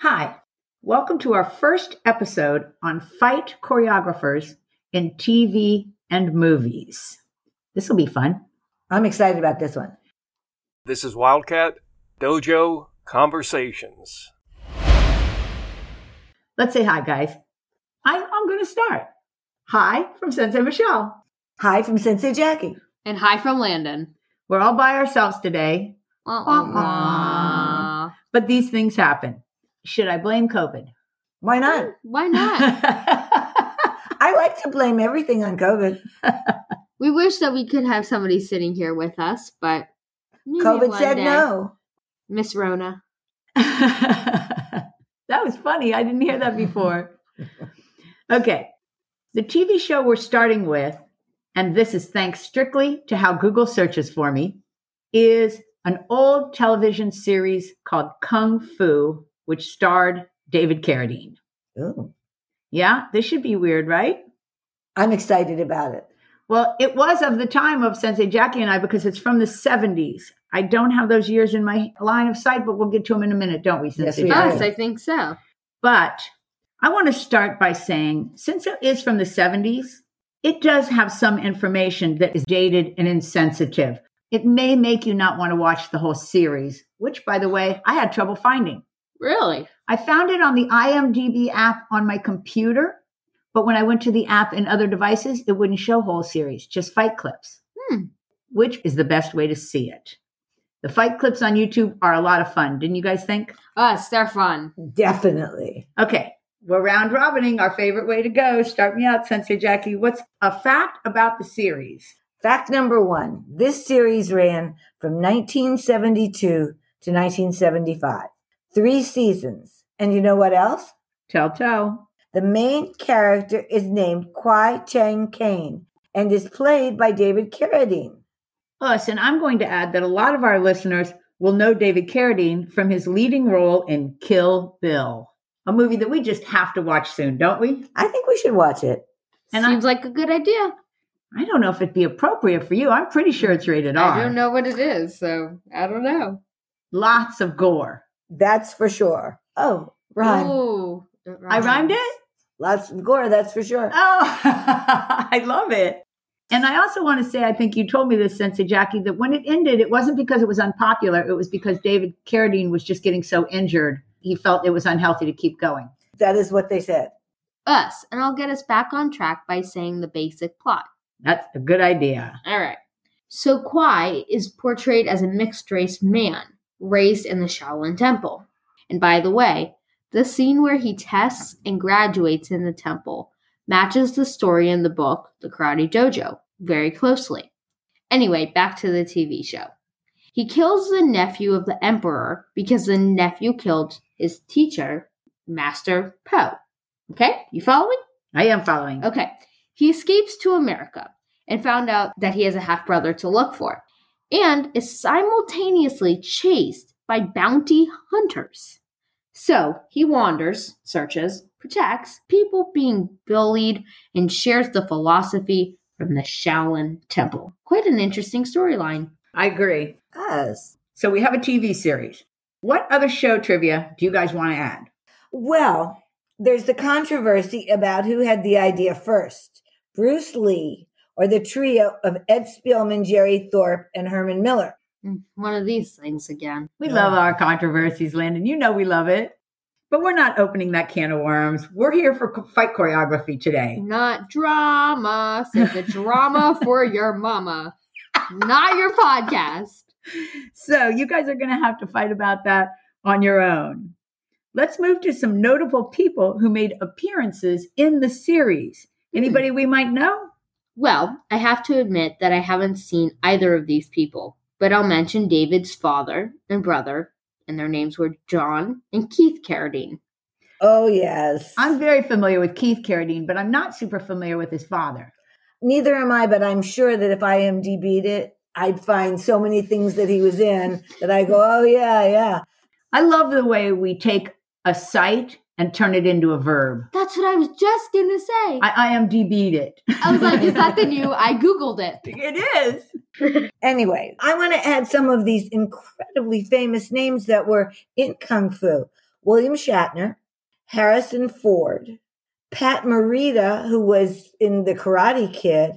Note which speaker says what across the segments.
Speaker 1: Hi, welcome to our first episode on fight choreographers in TV and movies. This will be fun.
Speaker 2: I'm excited about this one.
Speaker 3: This is Wildcat Dojo Conversations.
Speaker 1: Let's say hi, guys. I, I'm going to start. Hi from Sensei Michelle.
Speaker 2: Hi from Sensei Jackie.
Speaker 4: And hi from Landon.
Speaker 1: We're all by ourselves today,
Speaker 4: Wah,
Speaker 1: Wah,
Speaker 4: wah,
Speaker 1: wah.
Speaker 4: wah.
Speaker 1: but these things happen. Should I blame COVID?
Speaker 2: Why not?
Speaker 4: Why not?
Speaker 2: I like to blame everything on COVID.
Speaker 4: we wish that we could have somebody sitting here with us, but maybe
Speaker 2: COVID
Speaker 4: one
Speaker 2: said
Speaker 4: day.
Speaker 2: no.
Speaker 4: Miss Rona.
Speaker 1: that was funny. I didn't hear that before. Okay. The TV show we're starting with, and this is thanks strictly to how Google searches for me, is an old television series called Kung Fu, which starred David Carradine.
Speaker 2: Ooh.
Speaker 1: Yeah, this should be weird, right?
Speaker 2: I'm excited about it.
Speaker 1: Well, it was of the time of Sensei Jackie and I because it's from the 70s. I don't have those years in my line of sight, but we'll get to them in a minute, don't we,
Speaker 2: Yes,
Speaker 1: Sensei
Speaker 2: we
Speaker 1: Jackie?
Speaker 2: Yeah.
Speaker 4: Yes, I think so.
Speaker 1: But I want to start by saying since it is from the 70s, it does have some information that is dated and insensitive. It may make you not want to watch the whole series, which, by the way, I had trouble finding.
Speaker 4: Really?
Speaker 1: I found it on the IMDb app on my computer, but when I went to the app and other devices, it wouldn't show whole series, just fight clips,
Speaker 4: Hmm.
Speaker 1: which is the best way to see it. The fight clips on YouTube are a lot of fun, didn't you guys think?
Speaker 4: Us, they're fun.
Speaker 2: Definitely.
Speaker 1: Okay, we're round robining our favorite way to go. Start me out, Sensei Jackie. What's a fact about the series?
Speaker 2: Fact number one this series ran from 1972 to 1975, three seasons. And you know what else?
Speaker 1: Telltale.
Speaker 2: The main character is named Kwai Chang Kane and is played by David Carradine.
Speaker 1: Us, and I'm going to add that a lot of our listeners will know David Carradine from his leading role in Kill Bill, a movie that we just have to watch soon, don't we?
Speaker 2: I think we should watch it.
Speaker 1: And
Speaker 4: Seems like a good idea.
Speaker 1: I don't know if it'd be appropriate for you. I'm pretty sure it's rated R.
Speaker 4: I don't know what it is, so I don't know.
Speaker 1: Lots of gore.
Speaker 2: That's for sure. Oh, Ron.
Speaker 4: Ooh, it
Speaker 1: I rhymed it?
Speaker 2: Lots of gore, that's for sure.
Speaker 1: Oh, I love it. And I also want to say, I think you told me this, Sensei Jackie, that when it ended, it wasn't because it was unpopular. It was because David Carradine was just getting so injured. He felt it was unhealthy to keep going.
Speaker 2: That is what they said.
Speaker 4: Us, and I'll get us back on track by saying the basic plot.
Speaker 1: That's a good idea.
Speaker 4: All right. So Kwai is portrayed as a mixed race man raised in the Shaolin Temple. And by the way, the scene where he tests and graduates in the temple matches the story in the book, The Karate Dojo, very closely. Anyway, back to the TV show. He kills the nephew of the emperor because the nephew killed his teacher, Master Po. Okay? You following?
Speaker 1: I am following.
Speaker 4: Okay. He escapes to America and found out that he has a half brother to look for and is simultaneously chased by bounty hunters. So he wanders, searches, protects people being bullied, and shares the philosophy from the Shaolin Temple. Quite an interesting storyline.
Speaker 1: I agree.
Speaker 2: Us.
Speaker 1: So we have a TV series. What other show trivia do you guys want to add?
Speaker 2: Well, there's the controversy about who had the idea first Bruce Lee or the trio of Ed Spielman, Jerry Thorpe, and Herman Miller.
Speaker 4: Mm, One of these things again.
Speaker 1: We
Speaker 2: Yeah.
Speaker 1: love our controversies, Landon. You know we love it. But we're not opening that can of worms. We're here for co- fight choreography today.
Speaker 4: Not drama. Save the drama for your mama, not your podcast.
Speaker 1: So you guys are going to have to fight about that on your own. Let's move to some notable people who made appearances in the series. Anybody we might know?
Speaker 4: Well, I have to admit that I haven't seen either of these people, but I'll mention David's father and brother, and their names were John and Keith Carradine.
Speaker 2: Oh, yes.
Speaker 1: I'm very familiar with Keith Carradine, but I'm not super familiar with his father.
Speaker 2: Neither am I, but I'm sure that if I MDB'd it, I'd find so many things that he was in that I go, oh, yeah, yeah.
Speaker 1: I love the way we take a site and turn it into a verb.
Speaker 4: That's what I was just gonna say. I,
Speaker 1: I IMDb'd it.
Speaker 4: was like, is that the new? I Googled it.
Speaker 1: It is.
Speaker 2: Anyway, I want to add some of these incredibly famous names that were in Kung Fu. William Shatner, Harrison Ford, Pat Morita, who was in The Karate Kid,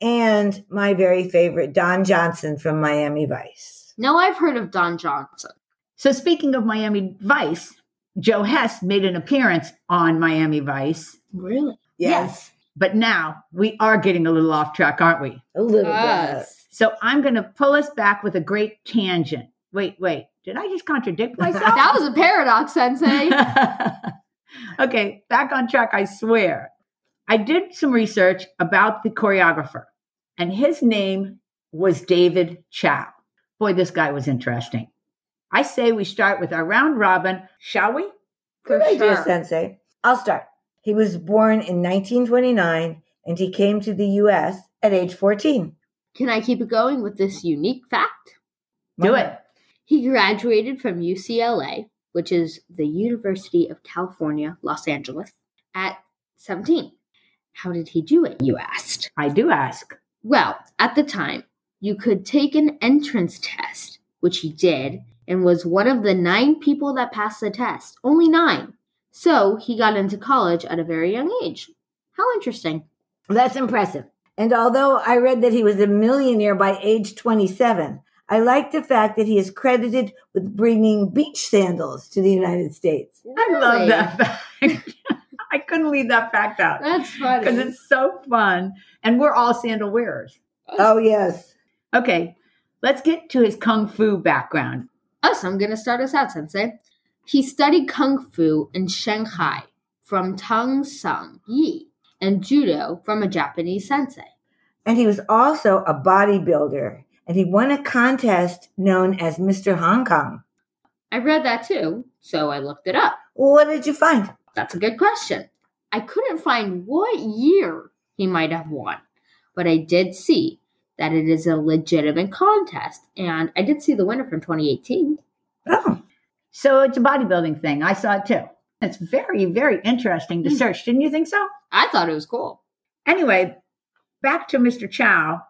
Speaker 2: and my very favorite, Don Johnson from Miami Vice.
Speaker 4: Now I've heard of Don Johnson.
Speaker 1: So, speaking of Miami Vice, Joe Hess made an appearance on Miami Vice,
Speaker 4: Really?
Speaker 2: Yes,
Speaker 1: but now we are getting a little off track, aren't we?
Speaker 2: a little bit.
Speaker 4: Yes.
Speaker 1: So, I'm going to pull us back with a great tangent. Wait, wait, did I just contradict myself?
Speaker 4: That was a paradox, Sensei.
Speaker 1: okay, back on track, I swear. I did some research about the choreographer, and his name was David Chow. Boy, this guy was interesting. I say we start with our round robin, shall we?
Speaker 4: For
Speaker 2: Good idea,
Speaker 4: sure.
Speaker 2: Sensei. I'll start. He was born in 1929 and he came to the U.S. at age 14.
Speaker 4: Can I keep it going with this unique fact?
Speaker 1: Do it.
Speaker 4: He graduated from UCLA, which is the University of California, Los Angeles, at 17. How did he do it, you asked?
Speaker 1: I do ask.
Speaker 4: Well, at the time, you could take an entrance test, which he did, and was one of the nine people that passed the test. Only nine. So he got into college at a very young age. How interesting.
Speaker 2: That's impressive. And although I read that he was a millionaire by age 27, I like the fact that he is credited with bringing beach sandals to the United States.
Speaker 1: I love that fact. I couldn't leave that fact out
Speaker 4: That's funny.
Speaker 1: because it's so fun. And we're all sandal wearers.
Speaker 2: Oh, yes.
Speaker 1: Okay, let's get to his kung fu background.
Speaker 4: us. I'm going to start us out, Sensei. He studied Kung Fu in Shanghai from Tang Sung Yi and Judo from a Japanese sensei.
Speaker 2: And he was also a bodybuilder and he won a contest known as Mr. Hong Kong.
Speaker 4: I read that too, so I looked it up.
Speaker 2: What did you find?
Speaker 4: That's a good question. I couldn't find what year he might have won, but I did see that it is a legitimate contest, and I did see the winner from 2018.
Speaker 2: Oh,
Speaker 1: So it's a bodybuilding thing. I saw it too. It's very, very interesting to search. Didn't you think so?
Speaker 4: I thought it was cool.
Speaker 1: Anyway, back to Mr. Chow.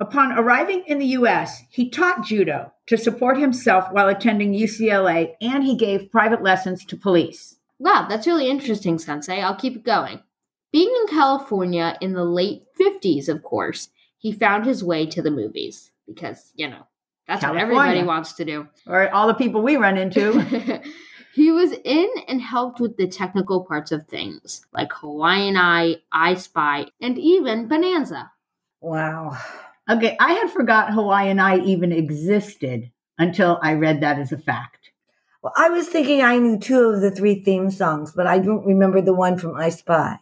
Speaker 1: Upon arriving in the US, he taught judo to support himself while attending UCLA and he gave private lessons to police.
Speaker 4: Wow, that's really interesting, Sensei. I'll keep it going. Being in California in the late 50s, of course, he found his way to the movies because, you know, that's
Speaker 1: California.
Speaker 4: what everybody wants to do.
Speaker 1: Or all the people we run into.
Speaker 4: he was in and helped with the technical parts of things like Hawaiian Eye, I Spy, and even Bonanza.
Speaker 2: wow.
Speaker 1: okay, I had forgot Hawaiian Eye even existed until I read that as a fact.
Speaker 2: Well, I was thinking I knew two of the three theme songs, but I don't remember the one from I Spy.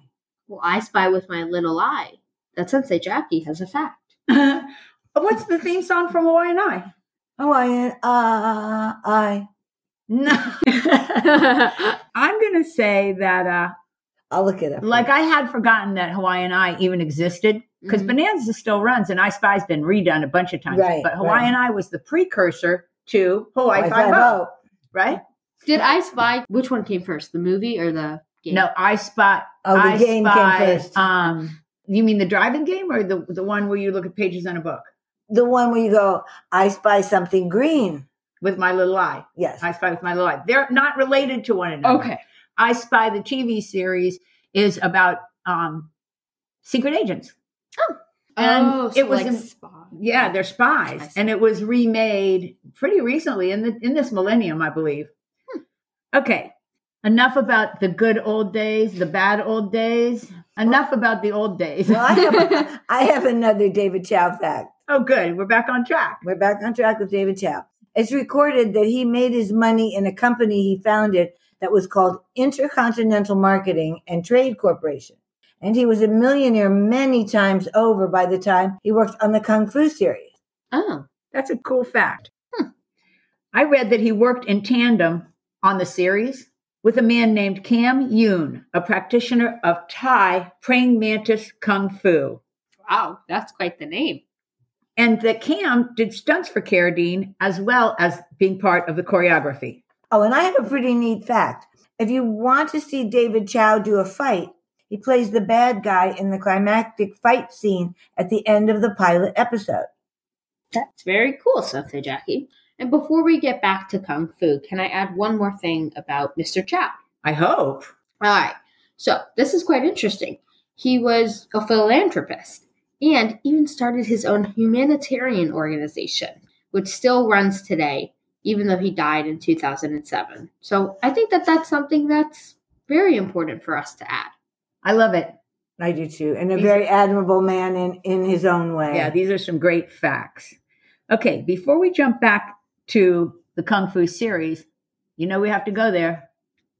Speaker 4: Well, I Spy with My Little Eye. That Sensei Jackie has a fact.
Speaker 1: What's the theme song from Hawaiian Eye?
Speaker 2: Oh, I, uh, I.
Speaker 1: No. I'm going to say that uh,
Speaker 2: I'll look it up.
Speaker 1: Like I had forgotten that Hawaiian Eye even existed because
Speaker 4: Mhm.
Speaker 1: Bonanza still runs and I Spy's been redone a bunch of times.
Speaker 2: Mm-hmm. Right,
Speaker 1: but Hawaiian Eye was the precursor to
Speaker 2: Oh,
Speaker 1: Hawaii Five O, right?
Speaker 4: Did I Spy, which one came first, the movie or the game?
Speaker 1: No, I Spy.
Speaker 2: Oh, the
Speaker 1: I
Speaker 2: game
Speaker 1: Spy,
Speaker 2: came first.
Speaker 1: Um, you mean the driving game or the the one where you look at pages on a book
Speaker 2: the one where you go, I spy something green.
Speaker 1: with my little eye?
Speaker 2: Yes.
Speaker 1: I Spy with my little eye. They're not related to one another.
Speaker 4: Okay.
Speaker 1: I Spy the TV series is about um, secret agents. And it was in-
Speaker 4: Oh, Spy.
Speaker 1: Yeah, they're
Speaker 4: I
Speaker 1: spies,
Speaker 4: see.
Speaker 1: and it was remade pretty recently in the in this millennium, I believe.
Speaker 2: Hmm.
Speaker 1: Okay, enough about the good old days, the bad old days. Enough about the old days.
Speaker 2: well, I have, I have another David Chow fact.
Speaker 1: oh, good, we're back on track.
Speaker 2: We're back on track with David Chow. It's recorded that he made his money in a company he founded that was called Intercontinental Marketing and Trade Corporation. And he was a millionaire many times over by the time he worked on the Kung Fu series.
Speaker 4: Oh,
Speaker 1: That's a cool fact. I read that he worked in tandem on the series with a man named Cam Yoon, a practitioner of Thai praying mantis kung fu.
Speaker 4: wow. That's quite the name.
Speaker 1: and that Cam did stunts for Cara Deen as well as being part of the choreography.
Speaker 2: Oh, and I have a pretty neat fact. If you want to see David Chow do a fight, he plays the bad guy in the climactic fight scene at the end of the pilot episode.
Speaker 4: That's very cool, Sensei Jackie. And before we get back to Kung Fu, can I add one more thing about Mr. Chow?
Speaker 1: I hope.
Speaker 4: All right. So this is quite interesting. He was a philanthropist and even started his own humanitarian organization, which still runs today, even though he died in 2007. So I think that that's something that's very important for us to add.
Speaker 1: I love it.
Speaker 2: I do too. And a
Speaker 1: He's-
Speaker 2: very admirable man in, in his own way.
Speaker 1: Yeah, these are some great facts. Okay, before we jump back to the Kung Fu series, you know we have to go there.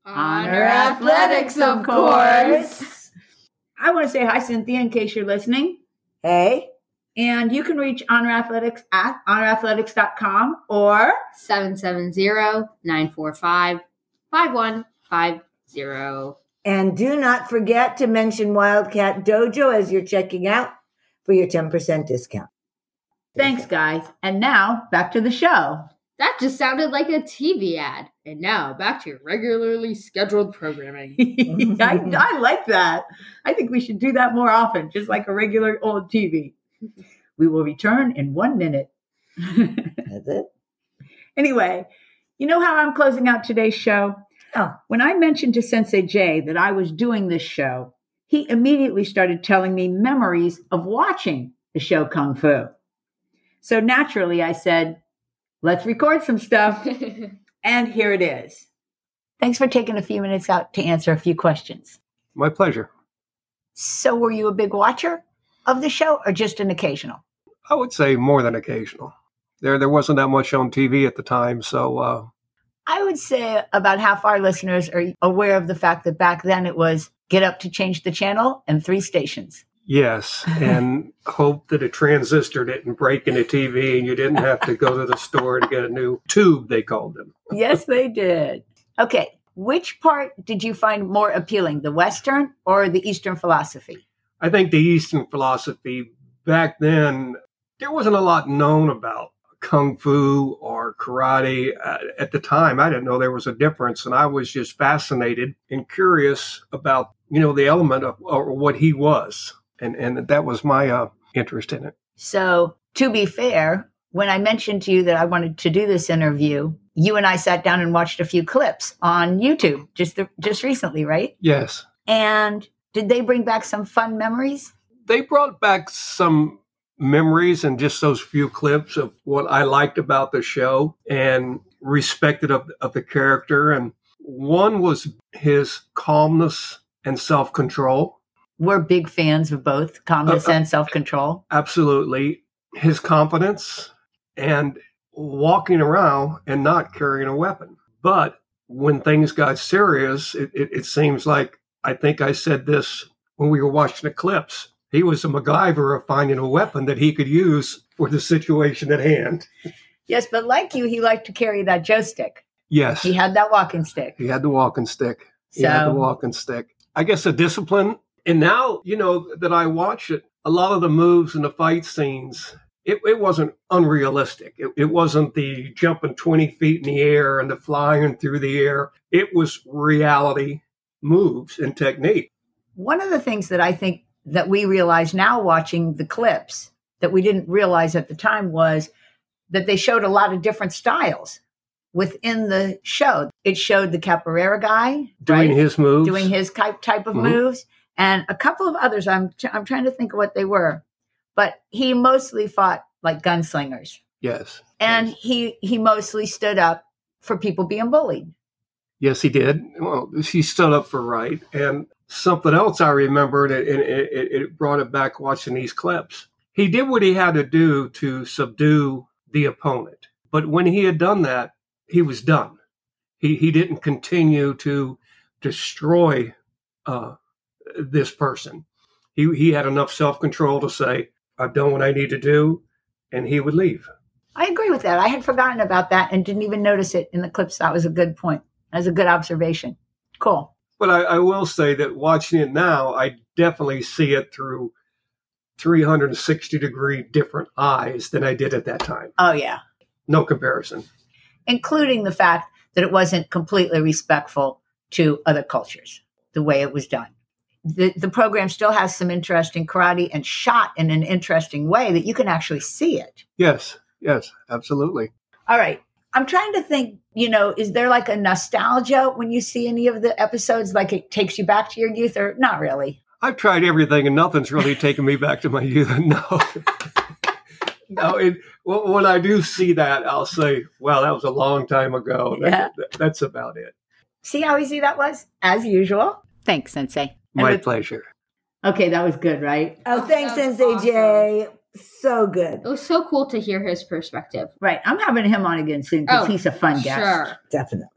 Speaker 1: Honor athletics, of course. I want to say hi, Cynthia, in case you're listening.
Speaker 2: Hey,
Speaker 1: And you can reach Honor Athletics at honorathletics.com or
Speaker 4: 770-945-5150.
Speaker 2: and do not forget to mention Wildcat Dojo as you're checking out for your 10% discount.
Speaker 1: thanks, guys. And now back to the show.
Speaker 4: That just sounded like a TV ad. And now back to your regularly scheduled programming.
Speaker 1: I, I like that. I think we should do that more often, just like a regular old TV. We will return in one minute.
Speaker 2: That's it.
Speaker 1: Anyway, you know how I'm closing out today's show?
Speaker 2: Oh.
Speaker 1: When I mentioned to Sensei Jay that I was doing this show, he immediately started telling me memories of watching the show Kung Fu. So naturally, I said, let's record some stuff. and here it is. Thanks for taking a few minutes out to answer a few questions.
Speaker 5: My pleasure.
Speaker 1: So, were you a big watcher of the show or just an occasional?
Speaker 5: I would say more than occasional. There, there wasn't that much on TV at the time, so uh,
Speaker 1: I would say about half our listeners are aware of the fact that back then it was get up to change the channel and three stations.
Speaker 5: yes, and hope that a transistor didn't break in a TV and you didn't have to go to the store to get a new tube. They called them.
Speaker 1: Yes, they did. Okay. Which part did you find more appealing, the Western or the Eastern philosophy?
Speaker 5: I think the Eastern philosophy back then, there wasn't a lot known about kung fu or karate uh, at the time. I didn't know there was a difference, and I was just fascinated and curious about you know the element of or what he was, and and that was my uh, interest in it.
Speaker 1: So, to be fair, when I mentioned to you that I wanted to do this interview, you and I sat down and watched a few clips on YouTube just the, just recently, right?
Speaker 5: Yes,
Speaker 1: And did they bring back some fun memories?
Speaker 5: they brought back some memories and just those few clips of what I liked about the show and respected of, of the character. And one was his calmness and self control.
Speaker 1: We're big fans of both calmness
Speaker 5: Uh, uh,
Speaker 1: and self control.
Speaker 5: Absolutely. His confidence and walking around and not carrying a weapon. But when things got serious, it, it, it seems like I think I said this when we were watching the clips. He was a MacGyver of finding a weapon that he could use for the situation at hand.
Speaker 1: Yes, but like you, he liked to carry that joystick.
Speaker 5: Yes,
Speaker 1: He had that walking stick.
Speaker 5: he had the walking stick.
Speaker 1: So,
Speaker 5: He had the walking stick. I guess the discipline. And now, you know, that I watch it, a lot of the moves and the fight scenes, it, it wasn't unrealistic. It, it wasn't the jumping 20 feet in the air and the flying through the air. It was reality moves and technique.
Speaker 1: one of the things that I think that we realize now watching the clips that we didn't realize at the time was that they showed a lot of different styles within the show. It showed the capoeira guy
Speaker 5: Doing
Speaker 1: right?
Speaker 5: his moves.
Speaker 1: doing his type type of
Speaker 5: Mhm.
Speaker 1: moves, and a couple of others. I'm tr- I'm trying to think of what they were, but he mostly fought like gunslingers,
Speaker 5: Yes.
Speaker 1: and
Speaker 5: Yes.
Speaker 1: he he mostly stood up for people being bullied.
Speaker 5: Yes, he did. Well, she stood up for right. And something else I remembered, and and it, it, it brought it back watching these clips. He did what he had to do to subdue the opponent. But when he had done that, he was done. He, he didn't continue to destroy uh, this person. He, he had enough self control to say, I've done what I need to do, and he would leave.
Speaker 1: I agree with that. I had forgotten about that and didn't even notice it in the clips. That was a good point. That was a good observation. Cool.
Speaker 5: But I, I will say that watching it now, I definitely see it through 360 degree different eyes than I did at that time.
Speaker 1: Oh, yeah.
Speaker 5: No comparison.
Speaker 1: Including the fact that it wasn't completely respectful to other cultures, the way it was done. The, the program still has some interesting karate and shot in an interesting way that you can actually see it.
Speaker 5: Yes, yes, absolutely.
Speaker 1: All right. I'm trying to think, you know, is there like a nostalgia when you see any of the episodes? Like it takes you back to your youth or not really?
Speaker 5: I've tried everything and nothing's really taken me back to my youth. No. no, it, wh- when I do see that, I'll say, wow, that was a long time ago. That-
Speaker 1: Yeah.
Speaker 5: that- that's about it.
Speaker 1: See how easy that was? As
Speaker 2: Oh,
Speaker 1: usual. Thanks, Sensei. And
Speaker 5: My
Speaker 1: with-
Speaker 5: pleasure.
Speaker 1: Okay, that was good, right?
Speaker 2: Oh,
Speaker 4: Oh,
Speaker 2: thanks,
Speaker 4: that was
Speaker 2: Sensei Jay. So good.
Speaker 4: It was so cool to hear his perspective.
Speaker 1: Right. I'm having him on again soon because
Speaker 4: Oh,
Speaker 1: he's a fun guest.
Speaker 4: Sure.
Speaker 2: Definitely.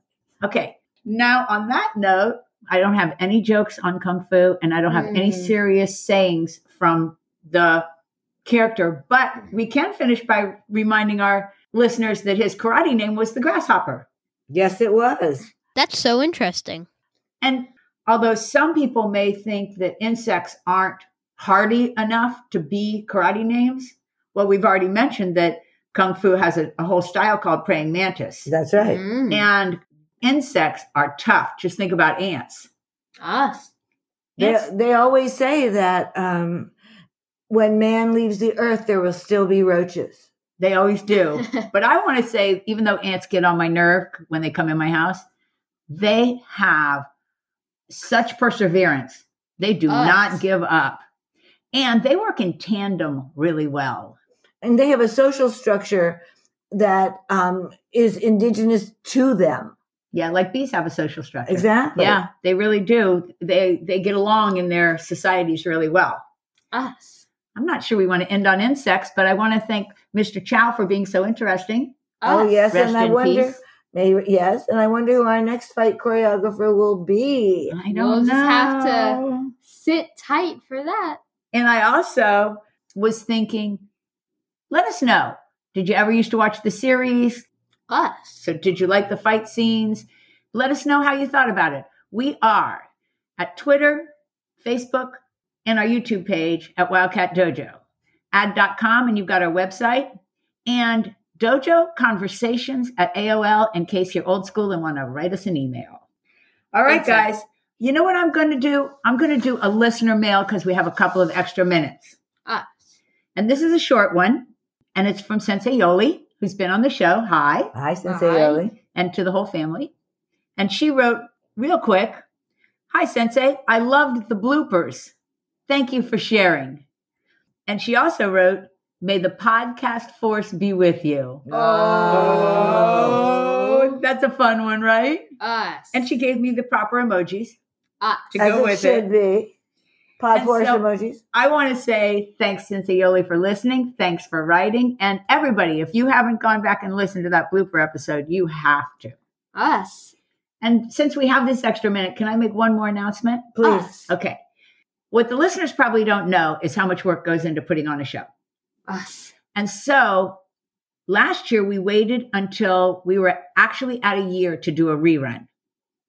Speaker 1: Okay. Now, on that note, I don't have any jokes on Kung Fu and I don't have any
Speaker 4: Mm.
Speaker 1: serious sayings from the character, but we can finish by reminding our listeners that his karate name was the Grasshopper.
Speaker 2: Yes, it was.
Speaker 6: That's so interesting.
Speaker 1: And although some people may think that insects aren't hardy enough to be karate names, well, we've already mentioned that Kung Fu has a, a whole style called praying mantis.
Speaker 2: That's right.
Speaker 4: Mm.
Speaker 1: And insects are tough. Just think about ants.
Speaker 4: Us.
Speaker 2: They,
Speaker 1: Ants-
Speaker 2: they always say that um, when man leaves the earth, there will still be roaches.
Speaker 1: They always do. But I want to say, even though ants get on my nerve when they come in my house, they have such perseverance. They do
Speaker 4: Us.
Speaker 1: not give up. And they work in tandem really well.
Speaker 2: And they have a social structure that um, is indigenous to them.
Speaker 1: Yeah, like bees have a social structure.
Speaker 2: Exactly.
Speaker 1: Yeah, they really do. They they get along in their societies really well.
Speaker 4: Us.
Speaker 1: I'm not sure we want to end on insects, but I want to thank Mr. Chow for being so interesting.
Speaker 2: Oh,
Speaker 4: Us.
Speaker 2: yes.
Speaker 1: Rest
Speaker 2: and I
Speaker 1: in
Speaker 2: wonder.
Speaker 1: peace.
Speaker 2: Maybe, yes, and I wonder who our next fight choreographer will be.
Speaker 1: I don't
Speaker 4: We'll
Speaker 1: know.
Speaker 4: just have to- Sit tight for that.
Speaker 1: And I also was thinking, let us know. Did you ever used to watch the series?
Speaker 4: Us.
Speaker 1: So did you like the fight scenes? Let us know how you thought about it. We are at Twitter, Facebook, and our YouTube page at Wildcat Dojo. Ad.com, and you've got our website. And dojo conversations at AOL in case you're old school and want to write us an email. All right,
Speaker 4: Exactly.
Speaker 1: guys. You know what I'm going to do? I'm going to do a listener mail because we have a couple of extra minutes.
Speaker 4: Us.
Speaker 1: And this is a short one, and it's from Sensei Yoli, who's been on the show. Hi,
Speaker 2: Hi, Sensei
Speaker 4: Hi.
Speaker 2: Oli.
Speaker 1: and to the whole family. And she wrote real quick Hi, Sensei. I loved the bloopers. Thank you for sharing. And she also wrote, May the podcast force be with you. Oh, that's a fun one, right?
Speaker 4: Us.
Speaker 1: And she gave me the proper emojis
Speaker 4: Us.
Speaker 1: to
Speaker 2: As
Speaker 1: go
Speaker 2: it
Speaker 1: with it.
Speaker 2: should be. Pod
Speaker 1: And
Speaker 2: force
Speaker 1: so-
Speaker 2: emojis.
Speaker 1: I want to say thanks, Cynthia Yoli, for listening. Thanks for writing. And everybody, if you haven't gone back and listened to that blooper episode, you have to.
Speaker 4: Us.
Speaker 1: And since we have this extra minute, can I make one more announcement?
Speaker 2: Please.
Speaker 4: Us.
Speaker 1: Okay. What the listeners probably don't know is how much work goes into putting on a show.
Speaker 4: Us.
Speaker 1: And so last year, we waited until we were actually at a year to do a rerun,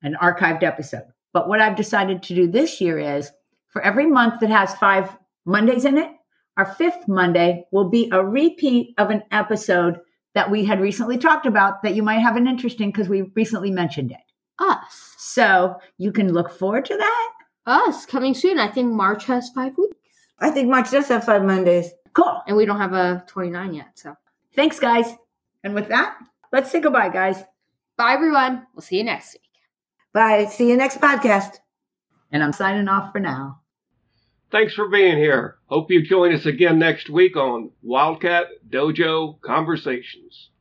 Speaker 1: an archived episode. But what I've decided to do this year is for every month that has five Mondays in it, our fifth Monday will be a repeat of an episode that we had recently talked about that you might have an interest in because we recently mentioned it.
Speaker 4: Us.
Speaker 1: So you can look forward to that.
Speaker 4: Us. Coming soon. I think March has five weeks.
Speaker 2: I think March does have five Mondays.
Speaker 1: Cool.
Speaker 4: And we don't have a 29 yet. So
Speaker 1: Thanks, guys. And with that, let's say goodbye, guys.
Speaker 4: bye, everyone. We'll see you next week.
Speaker 2: Bye. See you next podcast.
Speaker 1: And I'm signing off for now.
Speaker 5: Thanks for being here. Hope you join us again next week on Wildcat Dojo Conversations.